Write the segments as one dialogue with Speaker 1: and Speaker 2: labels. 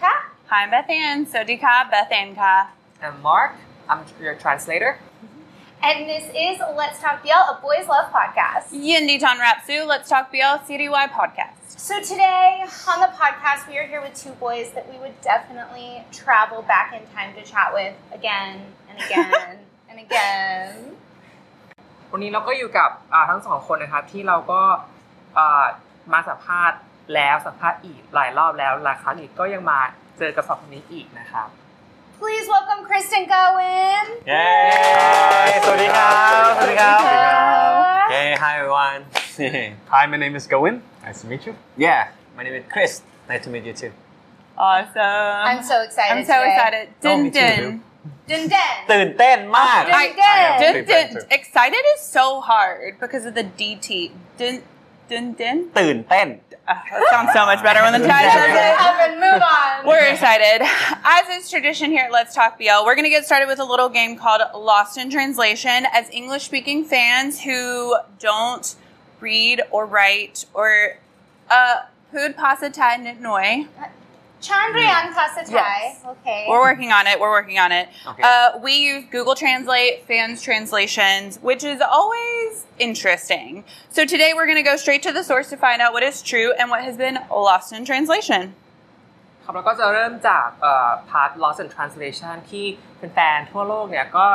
Speaker 1: Hi, Beth Ann. Sodika, Beth Ann Ka.
Speaker 2: And Mark, I'm your translator.
Speaker 3: And this is Let's Talk BL, a boys' love podcast.
Speaker 1: Yindi Ton Rapsu, Let's Talk BL CDY podcast.
Speaker 3: So today on the podcast, we are here with two boys that we would definitely travel back in time to chat with again and again and again.
Speaker 2: วันนี้เราก็อยู่กับอ่าทั้งสองคนนะครับที่เราก็อ่ามาสัมภาษณ์แล้วสัมภาษณ์อีกหลายรอบแล้วหลายครั้งอีกก็ยังมาเจอกับสองคนนี้อีกนะครับ
Speaker 3: Please welcome Kristen Gowen.
Speaker 4: เย้
Speaker 5: สวัสดีครับสวัสดีครับ
Speaker 4: เย้ hi everyone
Speaker 5: Hi, my name is Goin. Nice to meet you.
Speaker 4: yeah my name is Chris nice to meet you too
Speaker 1: Awesome.
Speaker 3: I'm so excited.
Speaker 1: I'm so
Speaker 3: today.
Speaker 1: excited.
Speaker 4: Oh,
Speaker 1: Din
Speaker 4: me too,
Speaker 1: din.
Speaker 3: Dun dun.
Speaker 4: ตื่นเต้นมาก
Speaker 3: Dun dun.
Speaker 1: Din
Speaker 5: Dun- Big fan
Speaker 1: din.
Speaker 5: too.
Speaker 1: Excited is so hard because of the DT. Din din din.
Speaker 4: ตื่นเต้น
Speaker 1: Oh, that sounds so much better when the guy
Speaker 3: Shut
Speaker 1: says
Speaker 3: it
Speaker 1: it.
Speaker 3: up and move on.
Speaker 1: We're excited. As is tradition here at Let's Talk BL, we're going to get started with a little game called Lost in Translation. As English speaking fans who don't read or write or uh, Hood Pasa Tad Nit Noi,
Speaker 3: Chandrian Kasatai.
Speaker 1: Yes.
Speaker 3: Okay.
Speaker 1: we're working on it, we're working on it.
Speaker 4: Okay.
Speaker 1: Uh, we use Google Translate, fans translations, which is always interesting. So today we're going to go straight to the source to find out what is true and what has been lost in translation.
Speaker 2: ครับเราก็จะเริ่มจากพาร์ท loss and translation ที่แฟนๆทั่วโลกเนี่ยก็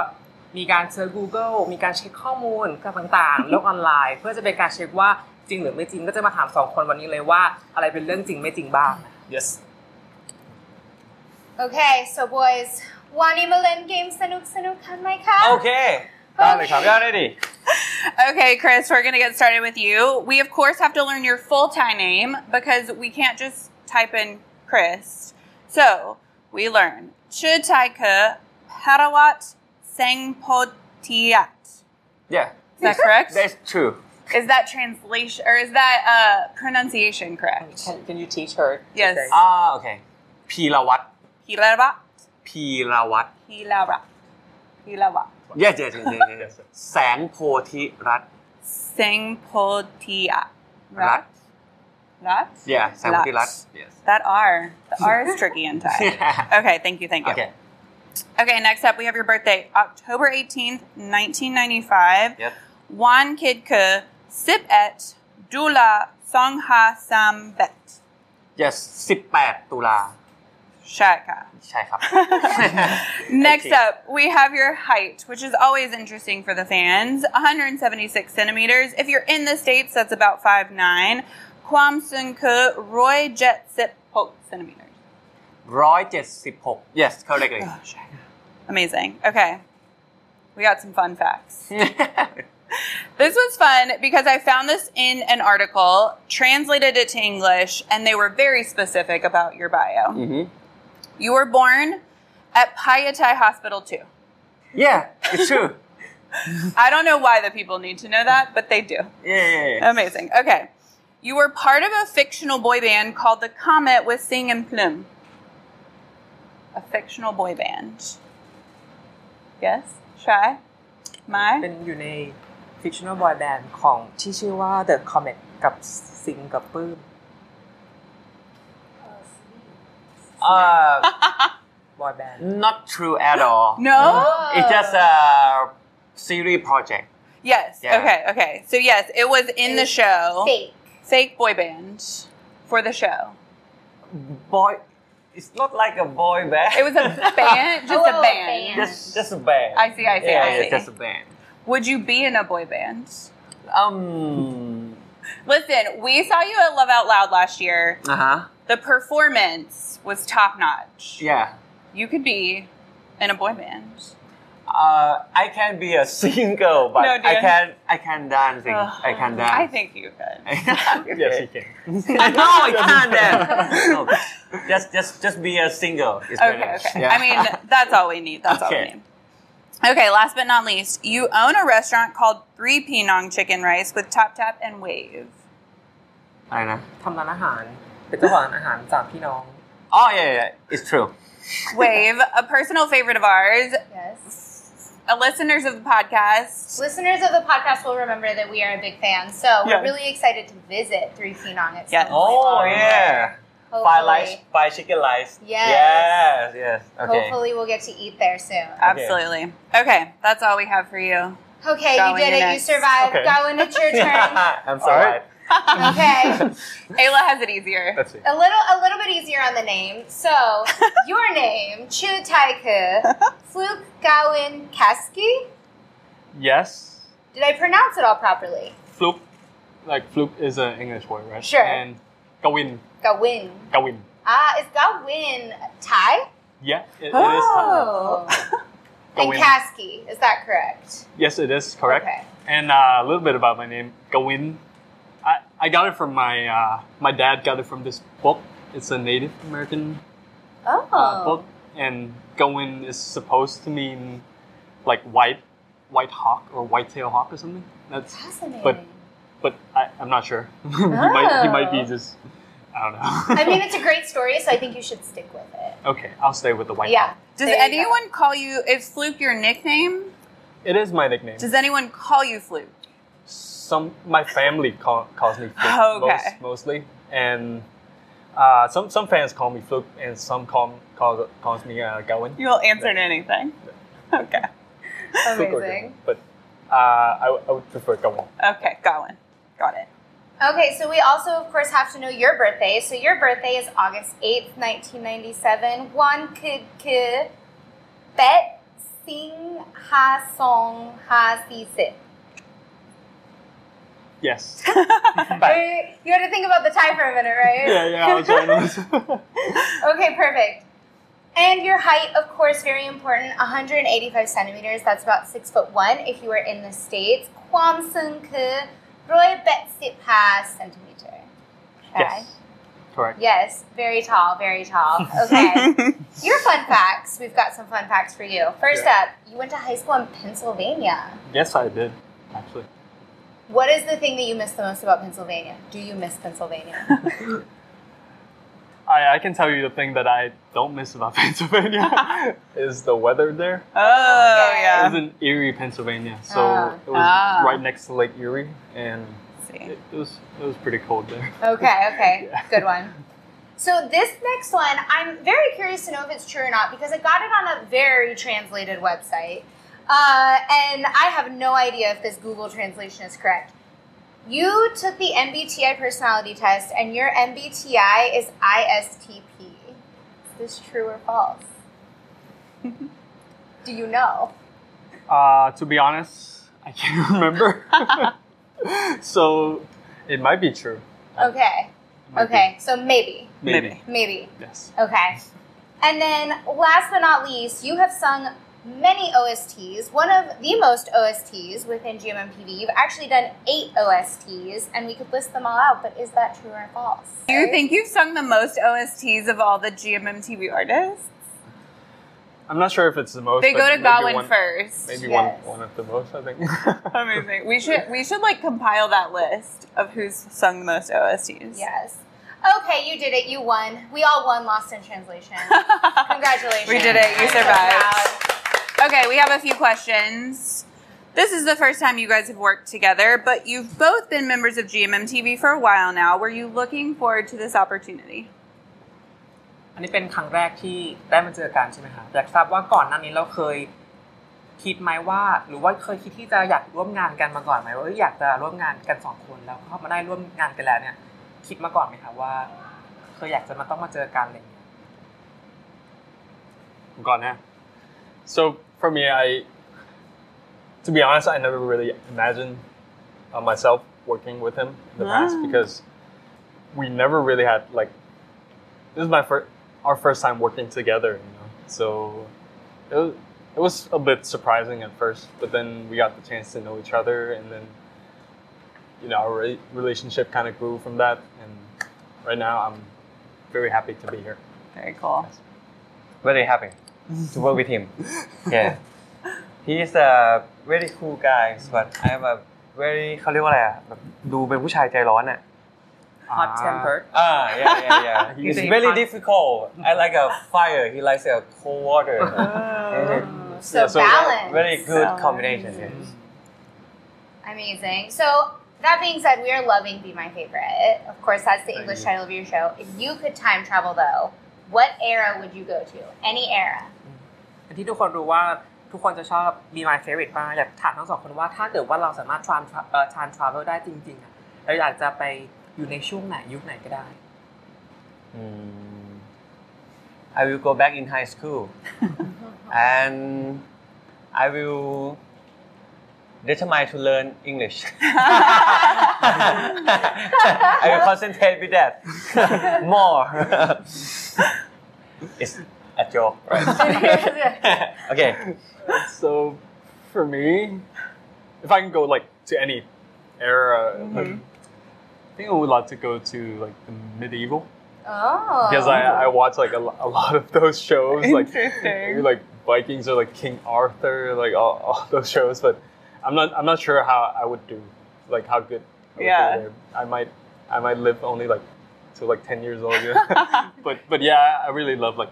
Speaker 2: มีการเซิร์ช Google มีการเช็คข้อมูลกับต่างๆ โลกออนไลน์ เพื่อจะเป็นการเช็คว่าจริงหรือไม่จริงก็จะมาถามสองคนวันนี้เลยว่าอะไรเป็นเรื่องจริงไม่จริงบ้าง
Speaker 4: yes
Speaker 3: Okay, so boys, Wani Malin game Sanuk Sanuk Han Mai Ka.
Speaker 4: โอเค
Speaker 3: Okay.
Speaker 5: Got it.
Speaker 1: Okay, Chris, we're going to get started with you. We, of course, have to learn your full Thai name because we can't just type in Chris. So we learn Chutaika Parawat Sangpotiat.
Speaker 4: yeah
Speaker 1: Is that correct?
Speaker 4: that's true
Speaker 1: is that translation or is that uh, pronunciation correct?
Speaker 2: Can, can you teach her to
Speaker 1: Yes.
Speaker 2: say?
Speaker 4: อ่าโอเคพีรวัตร
Speaker 1: Hilarat.
Speaker 4: พีรวัตร
Speaker 1: Hilarat. Hilarat.
Speaker 4: yes yes yes, yes, yes. แสงโพธิรัตน์
Speaker 1: Sangpotiat.
Speaker 4: Rat.
Speaker 1: Rat?
Speaker 4: yeah แสงโพธิรัตน์ yes
Speaker 1: That R. The R is tricky in Thai. Okay, thank you, thank you.
Speaker 4: okay
Speaker 1: Okay, next up we have your birthday, October 18th, 1995.
Speaker 4: Yep.
Speaker 1: Wan Kid Ke Sip Et Dula Song Ha Sam Bet.
Speaker 4: yes 18 ตุลา
Speaker 1: Shaka.
Speaker 4: ใช่ครับ
Speaker 1: Next
Speaker 4: Okay.
Speaker 1: up, we have your height, which is always interesting for the fans 176 centimeters. If you're in the States, that's about 5'9. Kwam Sun Ke Roy Jet Sip Holt centimeters.
Speaker 4: 176 yes correctly
Speaker 1: Oh, Shaka. Amazing. Okay. We got some fun facts. This was fun because I found this in an article, translated it to English, and they were very specific about your bio.
Speaker 4: Mhm.
Speaker 1: You were born at Payatai Hospital 2.
Speaker 4: yeah it's true
Speaker 1: I don't know why the people need to know that, but they do.
Speaker 4: yeah yeah, yeah.
Speaker 1: Amazing. Okay. You were part of a fictional boy band called The Comet with Sing and Plume. A fictional boy band. Yes? Try?
Speaker 2: เป็
Speaker 1: My?
Speaker 2: นอยู่ใน fictional boy band ของที่ชื่อว่า The Comet กับซิงกับปื้ม
Speaker 4: Uh,
Speaker 2: boy band
Speaker 4: not true at all.
Speaker 1: No?
Speaker 4: It's just a series project.
Speaker 1: Yes.
Speaker 4: Yeah.
Speaker 1: Okay, okay. So, yes, it was in the show.
Speaker 3: Fake.
Speaker 1: Fake boy band for the show.
Speaker 4: Boy, it's not like a boy band.
Speaker 1: It was a band, just
Speaker 3: Oh,
Speaker 1: a
Speaker 3: a band.
Speaker 1: band.
Speaker 4: just just a band.
Speaker 1: I see, I see,
Speaker 4: yeah,
Speaker 1: I
Speaker 4: yeah,
Speaker 1: see.
Speaker 4: just a band.
Speaker 1: Would you be in a boy band?
Speaker 4: Um.
Speaker 1: Listen, we saw you at Love Out Loud last year.
Speaker 4: Uh huh.
Speaker 1: The performance was top notch.
Speaker 4: Yeah.
Speaker 1: You could be in a boy band.
Speaker 4: Uh, I can be a single, but
Speaker 1: No,
Speaker 4: I
Speaker 1: dear. Uh,
Speaker 4: can I can dancing. I can dance.
Speaker 1: I think you could.
Speaker 5: Yes, you can.
Speaker 4: no, I can't dance. No. Just just just be a single. It's
Speaker 1: Okay,
Speaker 4: better.
Speaker 1: okay.
Speaker 4: Yeah.
Speaker 1: I mean, that's all we need. That's all we
Speaker 4: Okay.
Speaker 1: need. Okay, last but not least, you own a restaurant called Three Penang Chicken Rice with Top Tap and Wave.
Speaker 4: I know.
Speaker 2: ทำร้านอาหาร เป็นเจ้าของร้านอาหารจากพี่น้อง
Speaker 4: Oh yeah, yeah. It's true.
Speaker 1: Wave, a personal favorite of ours,
Speaker 3: Yes.
Speaker 1: a Uh, listeners of the podcast.
Speaker 3: Listeners of the podcast will remember that we are a big fan, so
Speaker 4: Yeah.
Speaker 3: we're really excited to visit Three Penang at some
Speaker 1: Yes.
Speaker 3: point.
Speaker 4: Oh yeah. Lice
Speaker 3: Hopefully.
Speaker 4: by Chicken Lice.
Speaker 3: Yes.
Speaker 4: Yes, yes. Okay.
Speaker 3: Hopefully, we'll get to eat there soon.
Speaker 1: Uh, Absolutely. Okay, that's all we have for you.
Speaker 3: Okay, you
Speaker 1: Gawain,
Speaker 3: did
Speaker 1: you're
Speaker 3: it.
Speaker 1: next.
Speaker 3: You survived.
Speaker 5: Okay.
Speaker 3: Gawain, it's your turn.
Speaker 4: I'm
Speaker 5: All
Speaker 4: sorry.
Speaker 5: right.
Speaker 3: okay.
Speaker 1: Ayla has it easier.
Speaker 5: Let's see.
Speaker 3: A little, a little bit easier on the name. So, your name, Chu Taiku, Fluke Gawain Kaski.
Speaker 5: Yes.
Speaker 3: Did I pronounce it all properly?
Speaker 5: Fluke. Like fluke is an English word, right?
Speaker 3: Sure.
Speaker 5: And Gawin.
Speaker 3: Gawain.
Speaker 5: Gawin.
Speaker 3: Ah, is Gawain Thai?
Speaker 5: Yeah, it, it is. Thailand.
Speaker 3: Oh. and
Speaker 5: Gawin.
Speaker 3: Kaski. Is that correct?
Speaker 5: Yes, it is correct.
Speaker 3: Okay.
Speaker 5: And uh, a little bit about my name, Gawin. I, I got it from my uh, my dad got it from this book. It's a Native American
Speaker 3: Oh.
Speaker 5: uh, book, and Gawin is supposed to mean like white white hawk or white tail hawk or something. That's
Speaker 3: Fascinating.
Speaker 5: but- but I, I'm not sure. he might he might be
Speaker 3: Oh.
Speaker 5: just I don't know.
Speaker 3: I mean, it's a great story, so I think you should stick with it.
Speaker 5: okay, I'll stay with the white.
Speaker 3: yeah.
Speaker 5: hawk.
Speaker 1: Does
Speaker 3: There you go.
Speaker 1: anyone call you, is Fluke your nickname?
Speaker 5: it is my nickname.
Speaker 1: Does anyone call you Fluke?
Speaker 5: some my family call, calls me Fluke
Speaker 1: Okay.
Speaker 5: most, mostly, and uh, some some fans call me Fluke, and some call, call calls me uh, Gowan.
Speaker 1: You'll answer to anything. Okay.
Speaker 5: Fluke or
Speaker 3: Amazing.
Speaker 5: Gowan, But uh, I, w- I would prefer Gowan.
Speaker 1: Okay, Gawain. Got it.
Speaker 3: Okay, so we also, of course, have to know your birthday. So your birthday is August 8th, 1997. One could could bet sing ha song ha si sit.
Speaker 5: Yes.
Speaker 3: You had to think about the time for a minute, right?
Speaker 5: yeah, yeah. I was joining.
Speaker 3: Okay, perfect. And your height, of course, very important 185 centimeters. That's about six foot one if you are in the States. Kwam sung ke roy bet sit pa centimeter. Okay.
Speaker 5: yes. Correct.
Speaker 3: Yes, very tall, very tall. Okay. Your fun facts. We've got some fun facts for you. First up, you went to high school in Pennsylvania.
Speaker 5: Yes, I did actually.
Speaker 3: What is the thing that you miss the most about Pennsylvania? Do you miss Pennsylvania?
Speaker 5: I, I can tell you the thing that I don't miss about Pennsylvania is the weather there.
Speaker 1: oh,
Speaker 3: Okay.
Speaker 5: It was
Speaker 1: yeah.
Speaker 5: in Erie, Pennsylvania, so
Speaker 3: Ah.
Speaker 5: it was
Speaker 1: Ah.
Speaker 5: right next to Lake Erie, and
Speaker 1: Let's see.
Speaker 5: it, it was it was pretty cold there.
Speaker 3: okay, okay.
Speaker 5: Yeah.
Speaker 3: Good one. So this next one, I'm very curious to know if it's true or not because I got it on a very translated website. Uh, and I have no idea if this Google translation is correct. You took the MBTI personality test, and your MBTI is ISTP. Is this true or false? Do you know?
Speaker 5: Uh, to be honest, I can't remember. so it might be true.
Speaker 3: Okay.
Speaker 5: It might be.
Speaker 3: Okay. So maybe.
Speaker 5: Maybe.
Speaker 1: Maybe.
Speaker 3: Maybe.
Speaker 5: Yes.
Speaker 3: Okay. And then, last but not least, you have sung many OSTs, one of the most OSTs within GMMPV. You've actually done eight OSTs, and we could list them all out, but is that true or false?
Speaker 1: Do you think you've sung the most OSTs of all the GMMTV artists?
Speaker 5: I'm not sure if it's the most.
Speaker 1: They
Speaker 5: but
Speaker 1: go to
Speaker 5: maybe
Speaker 1: Gawain
Speaker 5: one-
Speaker 1: first.
Speaker 5: Maybe
Speaker 3: Yes.
Speaker 5: one, one of the most, I think.
Speaker 1: Amazing. We should we should like compile that list of who's sung the most OSTs.
Speaker 3: Yes. Okay, you did it. You won. We all won Lost in Translation. Congratulations.
Speaker 1: We did it. You
Speaker 3: I'm so
Speaker 1: survived.
Speaker 3: proud.
Speaker 1: Okay, we have a few questions. This is the first time you guys have worked together, but you've both been members of GMMTV for a while now. Were you looking forward to this opportunity?
Speaker 2: อันนี้เป็นครั้งแรกที่ได้มาเจอกันใช่ไหมครับอยากทราบว่าก่อนหน้านี้เราเคยคิดไหมว่า หรือว่าเคยคิดที่จะอยากร่วมงานกันมาก่อนไหมว่าเอ้ยอยากจะร่วมงานกันสองคนแล้วเข้ามาได้ร่วมงานกันแล้วเนี่ย คิดมาก่อนไหมครับว่า เคยอยากจะมาต้องมาเจอกันอะไรอย่างเงี้ย
Speaker 5: I'm gone now. So for me, I, to be honest, I never really imagined uh, myself working with him in the past
Speaker 1: Ah.
Speaker 5: because we never really had like this is my first our first time working together, you know. So it was, it was a bit surprising at first, but then we got the chance to know each other, and then you know our re- relationship kind of grew from that. And right now, I'm very happy to be here.
Speaker 1: Very cool.
Speaker 4: Very happy to work with him. Yeah. He is a very cool guy, but I am a very เขาเรียกว่าอะไรอะแบบดูเป็นผู้ชายใจร้อนอะ
Speaker 2: hot
Speaker 5: Ah.
Speaker 2: tempered
Speaker 4: Ah, yeah, yeah, yeah.
Speaker 2: He's
Speaker 4: It's
Speaker 2: a
Speaker 4: very
Speaker 2: hot-
Speaker 4: difficult. I like a fire. He likes a cold water. Hmm.
Speaker 3: So,
Speaker 5: Yeah, so that-
Speaker 3: balance.
Speaker 4: Very good
Speaker 1: Balance.
Speaker 4: combination. yeah.
Speaker 3: Amazing. So That being said, we are loving Be My Favorite. Of course, that's the
Speaker 5: Thank
Speaker 3: English
Speaker 5: you.
Speaker 3: title of your show. If you could time travel, though, what era would you go to? Any era.
Speaker 2: อันที่ทุกคนรู้ว่าทุกคนจะชอบ Be My Favorite มากอยากถามทั้งสองคนว่าถ้าเกิดว่าเราสามารถ time tra- เอ่อ time travel ได้จริงๆอะเราอยากจะไปอยู่ในช่วงไหนยุคไหนก็ได้
Speaker 4: Mm, I will go back in high school and I will determine to learn English. I will concentrate with that more. it's a joke, right? okay.
Speaker 5: So, for me, if I can go like to any era, like,
Speaker 1: Mm-hmm.
Speaker 5: I think I would like to go to like the medieval
Speaker 3: Oh.
Speaker 1: Uh-huh.
Speaker 5: because I, I watch like a, lo- a lot of those shows, like
Speaker 1: Interesting.
Speaker 5: like Vikings or like King Arthur, like all, all those shows. But I'm not I'm not sure how I would do, like how good. I would do
Speaker 1: Yeah.
Speaker 5: there. I might I might live only like to like ten years old. Yeah. but but yeah, I really love like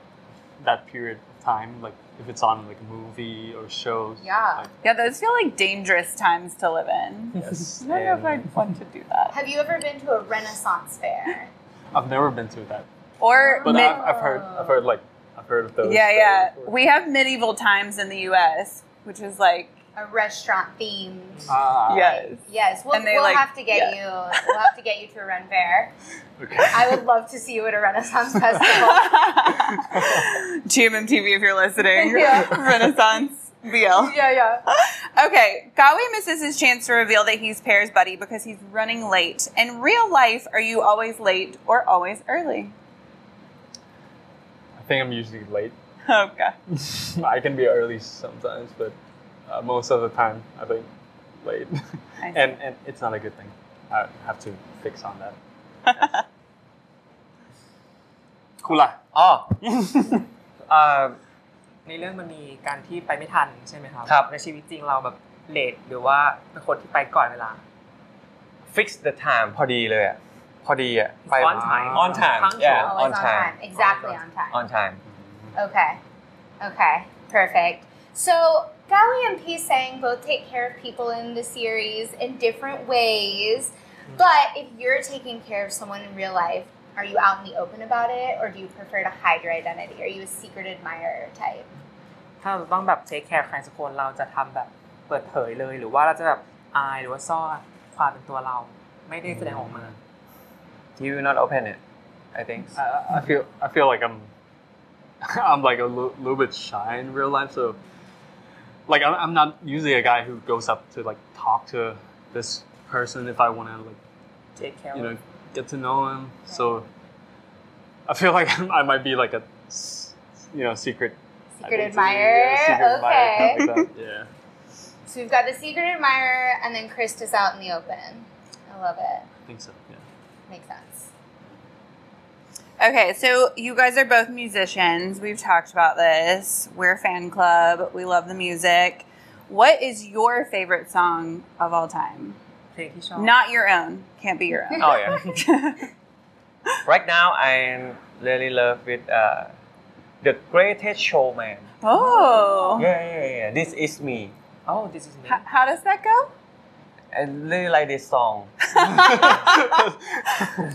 Speaker 5: that period of time. Like if it's on like a movie or shows.
Speaker 3: Yeah.
Speaker 5: Like,
Speaker 1: Yeah, those feel like dangerous times to live in.
Speaker 5: yes.
Speaker 1: I don't know if
Speaker 5: and
Speaker 1: I'd want to do that.
Speaker 3: Have you ever been to a Renaissance fair?
Speaker 5: I've never been to that,
Speaker 1: Or
Speaker 5: but uh,
Speaker 1: mid-
Speaker 5: I've, I've heard I've heard like I've heard of those.
Speaker 1: yeah, yeah.
Speaker 5: shows.
Speaker 1: We have medieval times in the U.S., which is like
Speaker 3: A restaurant themed.
Speaker 2: Uh,
Speaker 1: yes.
Speaker 3: Yes, we'll,
Speaker 1: And they,
Speaker 3: we'll
Speaker 1: like,
Speaker 3: have to get you. We'll have to get you to a Ren Fair.
Speaker 5: Okay.
Speaker 3: I would love to see you at a Renaissance festival.
Speaker 1: GMMTV, if you're listening,
Speaker 3: Yeah.
Speaker 1: Renaissance BL.
Speaker 3: yeah, yeah.
Speaker 1: Okay, Gawi misses his chance to reveal that he's Pear's buddy because he's running late. In real life, are you always late or always early?
Speaker 5: I think I'm usually late.
Speaker 1: Okay.
Speaker 5: I can be early sometimes, but uh, most of the time I think late,
Speaker 1: I see.
Speaker 5: and and it's not a good thing. I have to fix on that.
Speaker 4: Kula. Oh. uh,
Speaker 2: ในเรื่องมันมีการที่ไปไม่ทันใช่ไหมครับ
Speaker 4: ครับ
Speaker 2: ในชีวิตจริงเราแบบเลทหรือว่าเป็นคนที่ไปก่อนเวลา
Speaker 4: fix the time พอดีเลยอ่ะพอดีอ่ะไป
Speaker 2: on time
Speaker 4: on time yeah
Speaker 3: Always on,
Speaker 4: on time
Speaker 3: time. Exactly on time.
Speaker 4: on time
Speaker 3: Okay. Okay. Perfect. So Gawi and P Sang both take care of people in the series in different ways. But if you're taking care of someone in real life, are you out in the open about it or do you prefer to hide your identity? Are you a secret admirer type?
Speaker 2: ถ้าเราต้องแบบเทคแคร์ใครสักคนเราจะทำแบบเปิดเผยเลย หรือว่าเราจะแบบอายหรือว่าซ่อนความเป็นตัวเรา ไม่ได้แสดงออกมา
Speaker 4: you will not open it I think
Speaker 5: I, I feel I feel like I'm I'm like a li- little bit shy in real life, so like I'm, I'm not usually a guy who goes up to like talk to this person if I want to like
Speaker 2: เทคแคร์
Speaker 5: you know get to know him. So I feel like I might be like a s- you know secret
Speaker 3: Secret
Speaker 5: identity,
Speaker 3: admirer.
Speaker 5: yeah, secret admirer,
Speaker 3: okay.
Speaker 5: kind of like that, yeah.
Speaker 3: So we've got the secret admirer, and then Krista's out in the open. I love it.
Speaker 5: I think so. Yeah.
Speaker 3: Makes sense.
Speaker 1: Okay, so you guys are both musicians. We've talked about this. We're a fan club. We love the music. What is your favorite song of all time?
Speaker 2: เพลงที่ชอบ
Speaker 1: Not your own. Can't be your own.
Speaker 4: oh yeah right now I really love with uh, the greatest showman
Speaker 1: oh.
Speaker 4: yeah yeah yeah, yeah this is me
Speaker 2: oh this is me
Speaker 1: H- how does that go?
Speaker 4: I really like this song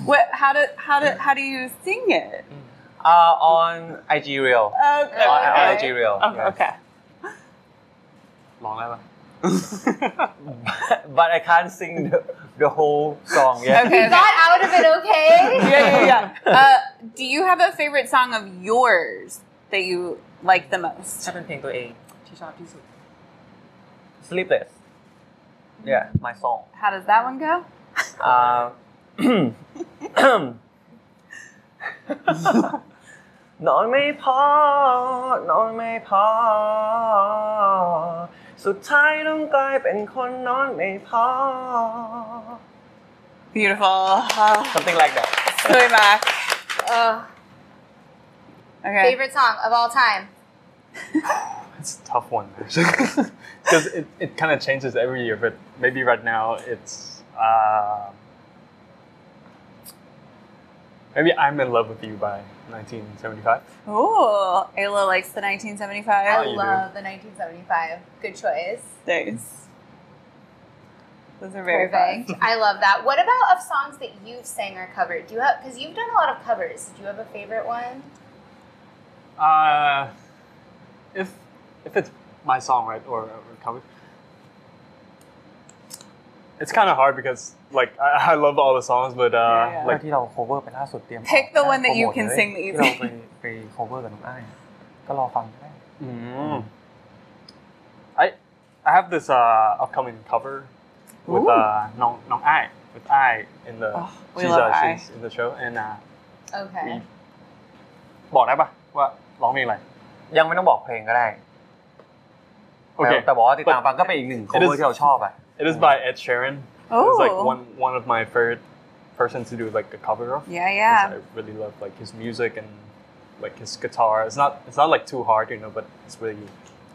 Speaker 1: What? How do how do how do you sing it?
Speaker 4: uh, on IG reel
Speaker 1: Okay.
Speaker 4: on, on IG reel
Speaker 1: Oh,
Speaker 4: yeah.
Speaker 1: okay.
Speaker 5: Long Island.
Speaker 4: but I can't sing the, the whole song yeah
Speaker 1: Okay.
Speaker 3: You got out of it okay?
Speaker 1: Yeah, yeah, yeah. Uh, do you have a favorite song of yours that you like the most?
Speaker 2: ถ้าเป็นเพลงตัวเองที่ชอบที่สุด
Speaker 4: sleepless yeah my song
Speaker 1: How does that one go?
Speaker 4: Uh, Nói mấy phó, nói mấy phó. Sự thay đông cài bên con nói mấy phó.
Speaker 1: Beautiful. Oh,
Speaker 4: Something like that.
Speaker 1: Sweet Mac.
Speaker 3: Ugh.
Speaker 1: Okay.
Speaker 3: Favorite song of all time.
Speaker 5: It's a tough one actually, because it, it kind of changes every year. But maybe right now it's um maybe I'm in love with you by 1975.
Speaker 1: Oh, Ayla likes the 1975.
Speaker 3: I
Speaker 5: you do.
Speaker 3: love the 1975. Good choice.
Speaker 1: Nice. Those are very fun.
Speaker 3: Perfect. I love that. What about of songs that you've sang or covered? Do you have because you've done a lot of covers? Do you have a favorite one?
Speaker 5: Uh, if if it's my song, right, or, or cover, it's kind of hard because like I, I love all the songs, but uh,
Speaker 2: Yeah, yeah.
Speaker 4: แล้
Speaker 5: like
Speaker 4: วที่เรา cover ไปล่าสุดเตรียม
Speaker 1: Pick the one that you
Speaker 4: โปร
Speaker 1: can
Speaker 4: โมทเลย
Speaker 1: sing the
Speaker 4: ที่เราไปไป cover กับน้องอ้ายก็รอฟังก็ได้
Speaker 5: Mm. I I have this uh, upcoming cover with
Speaker 1: Ooh.
Speaker 5: uh, Nong Nong Ai with Ai in the
Speaker 1: Oh, we
Speaker 5: she's,
Speaker 1: love
Speaker 5: uh,
Speaker 1: Ai.
Speaker 5: she's in the show and uh,
Speaker 3: Okay.
Speaker 5: บอกได้ปะว่าร้องเพลงอะไร
Speaker 4: ยังไม่ต้องบอกเพลงก็ได้ แต่
Speaker 5: Okay.
Speaker 4: แต่บอกว่าติดตามฟังก็เป็นอีกหนึ่ง
Speaker 5: It
Speaker 4: cover
Speaker 5: is-
Speaker 4: ที่เราชอบอ่ะ
Speaker 5: It is by Ed Sheeran. It's like
Speaker 1: Oh,
Speaker 5: one one of my favorite person to do like a cover of. 'cause
Speaker 1: yeah, yeah.
Speaker 5: I really love like his music and like his guitar. It's not it's not like too hard, you know, but it's really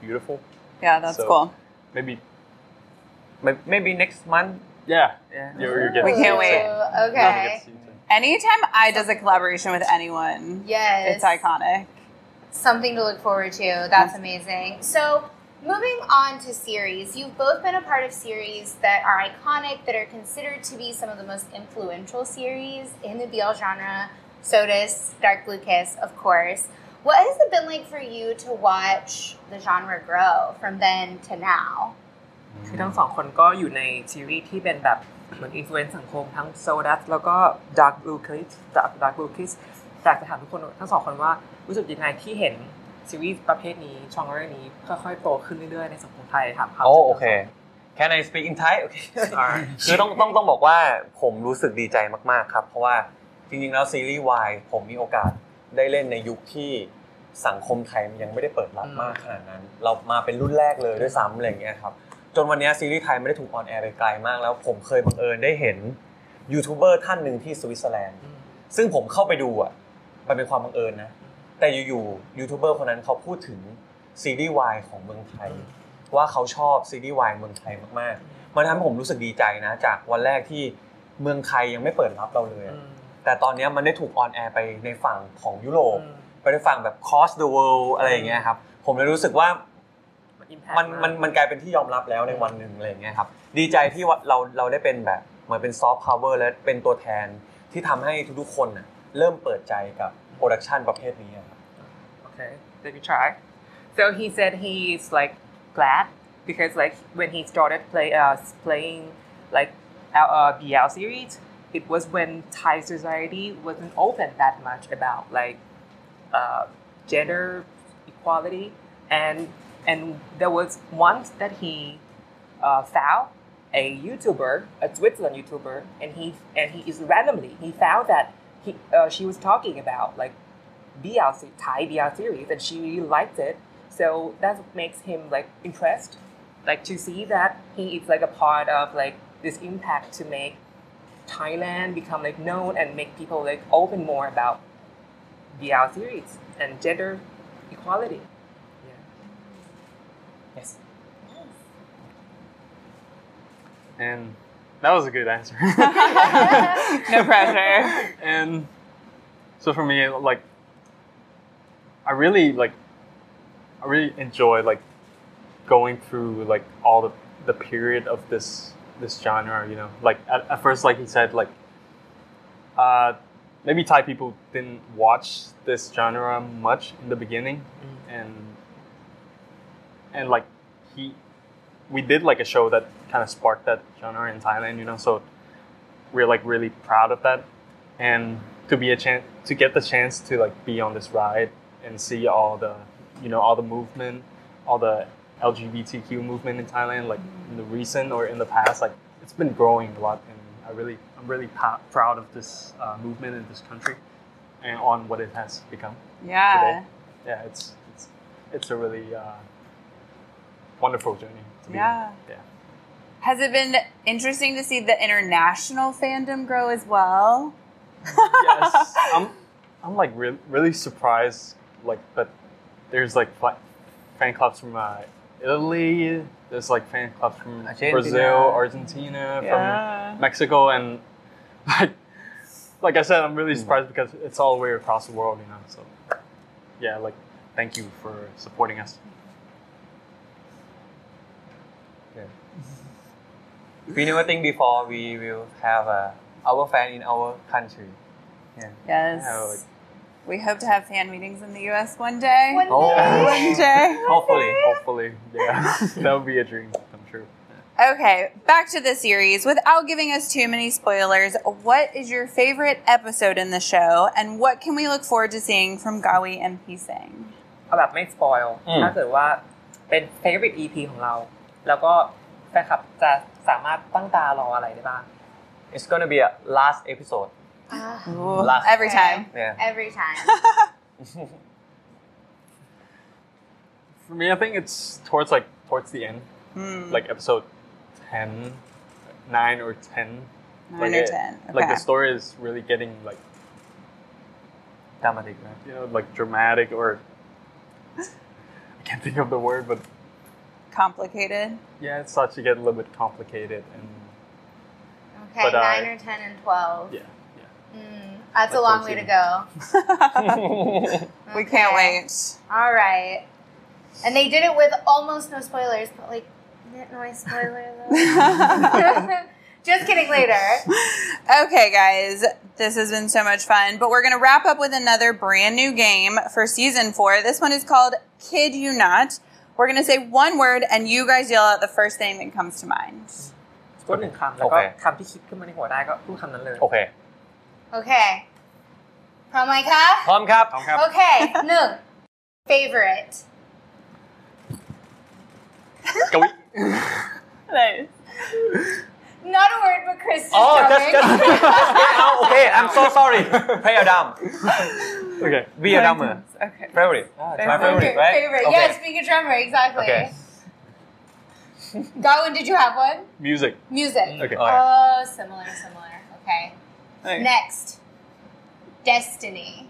Speaker 5: beautiful.
Speaker 1: Yeah, that's
Speaker 5: So-
Speaker 1: cool.
Speaker 5: Maybe
Speaker 4: May- maybe next month
Speaker 5: yeah.
Speaker 4: yeah.
Speaker 5: You're, you're getting
Speaker 1: We can't wait.
Speaker 3: Ooh,
Speaker 5: Nothing
Speaker 3: Okay.
Speaker 5: gets you to-
Speaker 1: Anytime I does a collaboration with anyone,
Speaker 3: Yes.
Speaker 1: it's iconic.
Speaker 3: Something to look forward to. That's
Speaker 1: Mm-hmm.
Speaker 3: amazing. So moving on to series, you've both been a part of series that are iconic, that are considered to be some of the most influential series in the BL genre. Sodas, Dark Blue Kiss, of course. What has it been like for you to watch the genre grow from then to now?
Speaker 2: คือทั้งสองคนก็อยู่ในซีรีส์ที่เป็นแบบเหมือนอิ f ฟลูเอนซ์สังคมทั้ง s o d a s แล้วก็ Dark Blue k i s Dark Dark Blue k i s อยากจะถามทุกคนทั้งสองคนว่ารู้สึกยังไงที่เห็นซีรีส์ประเภทนี้ช่องเรื่องนี้ค่อยๆโตขึ้นเรื่อยๆในสังคมไทยถามครับ
Speaker 4: โอ้โอเค Can I speak in Thai โอเค
Speaker 2: Alright.
Speaker 4: คือต้องต้องต้องบอกว่าผมรู้สึกดีใจมาก ๆ ครับ เพราะว่าจริง ๆ แล้วซีรีส์วายผมมีโอกาสได้เล่นในยุคที่สังคมไทยมันยังไม่ได้เปิดรับ
Speaker 2: อืม
Speaker 4: มากขนาดนั้น เรามาเป็นรุ่นแรกเลยด้วยซ้ำอะไรอย่างเงี้ยครับ จนวันเนี้ยซีรีส์ไทยไม่ได้ถูกออนแอร์ไปไกลมากแล้ว ผมเคยบังเอิญได้เห็นยูทูบเบอร์ท่านหนึ่งที่สวิตเซอร์แลนด์
Speaker 2: อืม
Speaker 4: ซึ่งผมเข้าไปดูอ่ะ มันเป็นความบังเอิญนะ แต่อยู่ๆยูทูบเบอร์คนนั้นเขาพูดถึงซีรีส์วายของเมืองไทย ว่าเขาชอบซีรีส์วายเมืองไทยมากๆ มันทำให้ผมรู้สึกดีใจนะ จากวันแรกที่เมืองไทยยังไม่เปิดรับเราเลย
Speaker 2: อื
Speaker 4: อะ
Speaker 2: ม
Speaker 4: แต่ตอนเนี้ยมันได้ถูกออนแอร์ไปในฝั่งของยุโรป
Speaker 2: อืม
Speaker 4: ไปในฝั่งแบบ cross the world อะไรอย่างเงี้ยครับ ผมเลยรู้สึกว่า
Speaker 2: impact
Speaker 4: มันมัน
Speaker 2: าก
Speaker 4: มันกลายเป็นที่ยอมรับแล้วในวันหนึ่งอะไรอย่างเงี้ยครับ ดีใจที่ว่าเราเราได้เป็นแบบเหมือนเป็นซอฟต์พาวเวอร์และเป็นตัวแทนที่ทำให้ทุกๆคนน่ะเริ่มเปิดใจกับโปรดักชันประเภทนี้อะครับ
Speaker 2: Okay, let me try. So he said he's like glad because like when he started play uh, playing like our uh, BL series, it was when Thai society wasn't open that much about like uh, gender equality and and there was once that he uh, found a YouTuber, a Switzerland YouTuber, and he and he is randomly he found that he uh, she was talking about like BL se- Thai BL series, and she really liked it. So that makes him like impressed, like to see that he is like a part of like this impact to make Thailand become like known and make people like open more about BL series and gender equality. Yeah. Yes.
Speaker 5: And that was a good answer.
Speaker 1: No pressure.
Speaker 5: and so for me like i really like i really enjoy like going through like all the the period of this this genre you know like at, at first like he said like uh maybe thai people didn't watch this genre much in the beginning and and like he we did like a show that kind of sparked that genre in thailand you know so we're like really proud of that and to be a chance to get the chance to like be on this ride and see all the you know all the movement all the lgbtq movement in thailand like in the recent or in the past like it's been growing a lot and i really i'm really pa- proud of this uh, movement in this country and on what it has become
Speaker 1: Yeah.
Speaker 5: yeah it's it's it's a really uh, wonderful journey to be on.
Speaker 1: Yeah.
Speaker 5: yeah
Speaker 1: Has it been interesting to see the international fandom grow as well?
Speaker 5: yes, I'm, I'm like re- really surprised. Like, but there's like fa- fan clubs from uh, Italy. There's like fan clubs from
Speaker 4: Argentina.
Speaker 5: Brazil, Argentina, from Mexico, and like, like I said, I'm really surprised because it's all the way across the world, you know. So, yeah, like, thank you for supporting us.
Speaker 4: we never think before we will have uh, our fan in our country. Yeah.
Speaker 1: Yes.
Speaker 4: Oh, like-
Speaker 1: We hope to have fan meetings in the U.S. one day.
Speaker 3: One
Speaker 4: Oh.
Speaker 3: day.
Speaker 1: One day.
Speaker 4: Hopefully.
Speaker 5: Hopefully, yeah, that would be a dream come true.
Speaker 1: Okay, back to the series. Without giving us too many spoilers, what is your favorite episode in the show, and what can we look forward to seeing from Gawi and P Singh?
Speaker 2: เอาแบบไม่สปอยล์
Speaker 4: อืม
Speaker 2: ถ้าเกิดว่าเป็น favorite EP ของเรา แล้วก็แฟนคลับจะสามารถตั้งตารออะไรได้บ้าง
Speaker 4: It's gonna be a last episode.
Speaker 3: Ah,
Speaker 1: Ooh,
Speaker 4: Last.
Speaker 1: every
Speaker 3: okay.
Speaker 1: time. Hmm,
Speaker 4: Yeah.
Speaker 3: Every time.
Speaker 5: For me, I think it's towards like towards the end,
Speaker 1: Hmm,
Speaker 5: like episode 10, 9 or ten.
Speaker 1: nine or
Speaker 5: it-
Speaker 1: ten. Okay.
Speaker 5: Like the story is really getting like
Speaker 4: Dramatic, right?
Speaker 5: you know like dramatic or I can't think of the word, but
Speaker 1: Complicated.
Speaker 5: yeah, it starts to get a little bit complicated and
Speaker 3: Okay,
Speaker 5: But I-
Speaker 3: nine or ten and twelve.
Speaker 5: yeah,
Speaker 3: Mm, that's a
Speaker 5: Like
Speaker 3: long way to
Speaker 5: thirteen.
Speaker 3: go.
Speaker 1: we can't
Speaker 3: Okay.
Speaker 1: wait.
Speaker 3: All right. And they did it with almost no spoilers, but like, didn't I spoiler though? Just kidding. Later.
Speaker 1: Okay, guys, this has been so much fun, but we're going to wrap up with another brand new game for season four. This one is called Kid You Not. We're going to say one word, and you guys yell out the first thing that comes to mind.
Speaker 2: พูดหนึ่งคำ แล้ว
Speaker 4: โอ
Speaker 2: ก็
Speaker 4: เค
Speaker 2: คำที่คิดขึ้นมาในหัวได้ก็พูดคำนั้นเลย
Speaker 4: Okay.
Speaker 3: Okay. Promika.
Speaker 4: พร้อมครับ
Speaker 3: Okay. No. Favorite.
Speaker 5: Go eat.
Speaker 1: Nice.
Speaker 3: Not a word, but Chris.
Speaker 4: Oh,
Speaker 3: just
Speaker 4: just
Speaker 3: joking.
Speaker 4: just yeah, okay. I'm so sorry. Prayer dumb.
Speaker 5: okay.
Speaker 4: Be a dumber.
Speaker 1: Okay.
Speaker 4: Favorite. My
Speaker 1: Favorite.
Speaker 4: favorite, right?
Speaker 3: Favorite.
Speaker 4: Okay.
Speaker 3: Yes, being a drummer, exactly.
Speaker 4: Okay.
Speaker 3: Godwin, did you have one?
Speaker 5: Music.
Speaker 3: Music.
Speaker 5: Okay.
Speaker 4: All right.
Speaker 3: Oh, similar, similar. Okay. Next. Destiny.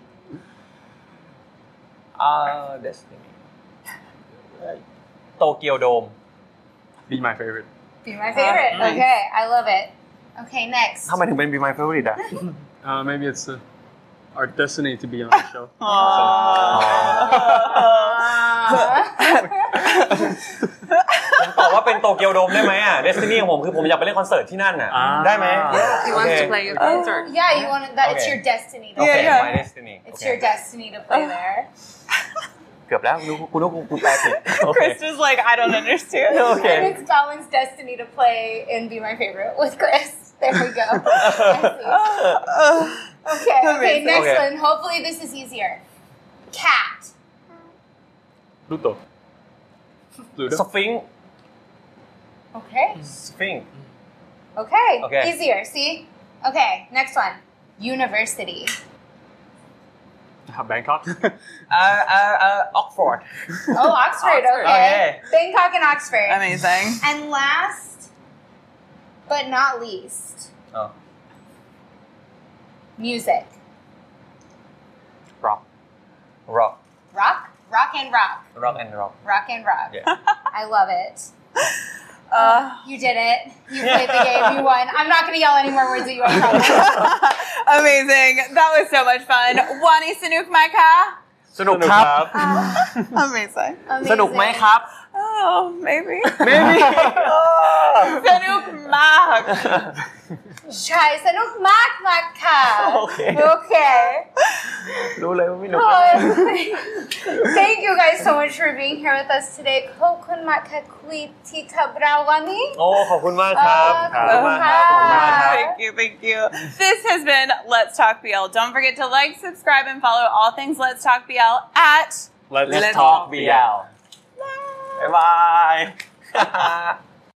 Speaker 4: Uh, Destiny. Tokyo Dome.
Speaker 5: Be my favorite.
Speaker 3: Be my favorite.
Speaker 4: Uh,
Speaker 2: nice.
Speaker 3: Okay, I love it. Okay, next.
Speaker 4: ทำไมถึงเป็น Be My Favorite อะ
Speaker 5: Uh, maybe it's uh, our destiny to be on the show.
Speaker 3: Aw.
Speaker 1: Oh.
Speaker 4: ผมตอบว่าเป็นโตเกียวโดมได้ไหมอ่ะ Destiny ของผมคือผมอยากไปเล่นคอนเสิร์ตที่นั่นอ่ะ
Speaker 5: อ่า
Speaker 4: ได้ไหม
Speaker 2: He
Speaker 4: โอ
Speaker 2: wants
Speaker 4: เค
Speaker 2: to play a concert
Speaker 3: yeah, you want to, that, it's
Speaker 4: Okay.
Speaker 3: your destiny. To
Speaker 4: โอ
Speaker 1: Yeah,
Speaker 4: เค
Speaker 3: play.
Speaker 1: yeah.
Speaker 4: My Destiny
Speaker 3: It's
Speaker 4: โอเค
Speaker 3: your destiny to play there.
Speaker 4: เกือบแล้วคุณคุณคุณคุณแปล ผิดโอเค
Speaker 1: was like, I don't understand.
Speaker 4: โอเค
Speaker 3: And it's Godwin's destiny to play and be my favorite with Chris. There we go. I see. Okay, okay,
Speaker 1: Amazing.
Speaker 3: next
Speaker 4: Okay.
Speaker 3: one. Hopefully this is easier. Cat.
Speaker 5: Pluto. Pluto.
Speaker 4: สฟิงค์
Speaker 3: Okay.
Speaker 4: สฟิงค์
Speaker 3: Okay.
Speaker 4: Okay.
Speaker 3: Easier, see? Okay, next one. University.
Speaker 5: Uh, Bangkok.
Speaker 4: อ่าอ่าอ่าออกฟอร์ด
Speaker 3: Oh, Oxford,
Speaker 2: Oxford.
Speaker 3: okay.
Speaker 4: Oh,
Speaker 3: Bangkok and Oxford.
Speaker 1: Amazing.
Speaker 3: And last but not least, music.
Speaker 4: rock rock
Speaker 3: Rock, rock and rock.
Speaker 4: rock and rock
Speaker 3: Rock and rock.
Speaker 4: Yeah.
Speaker 3: I love it. Oh,
Speaker 1: Uh,
Speaker 3: You did it. You played the game. You won. I'm not going to yell any more words at you. I promise.
Speaker 1: Amazing. That was so much fun. Wani Sanuk Maika.
Speaker 4: สนุกครับ
Speaker 1: Amazing.
Speaker 3: Amazing.
Speaker 4: สนุกไหมครับ
Speaker 1: Oh, maybe.
Speaker 4: ไม่ มี
Speaker 1: Sanuk Mak.
Speaker 3: Try sanuk mak mak ka.
Speaker 4: Oh, Okay.
Speaker 3: Okay.
Speaker 4: รู้เลยว่าไม่ห นุก
Speaker 3: Oh, thank you guys so much for being here with us today. Kokun makakui tika Uh, brawani.
Speaker 4: โอ้ ขอบคุณมากครับ
Speaker 3: เออ
Speaker 4: ขอบคุณมากครับขอบคุณมากครับ
Speaker 1: Thank you, thank you. This has been Let's Talk BL. Don't forget to like, subscribe, and follow all things Let's Talk BL at
Speaker 5: Let's,
Speaker 4: Let's talk BL บ๊ายบาย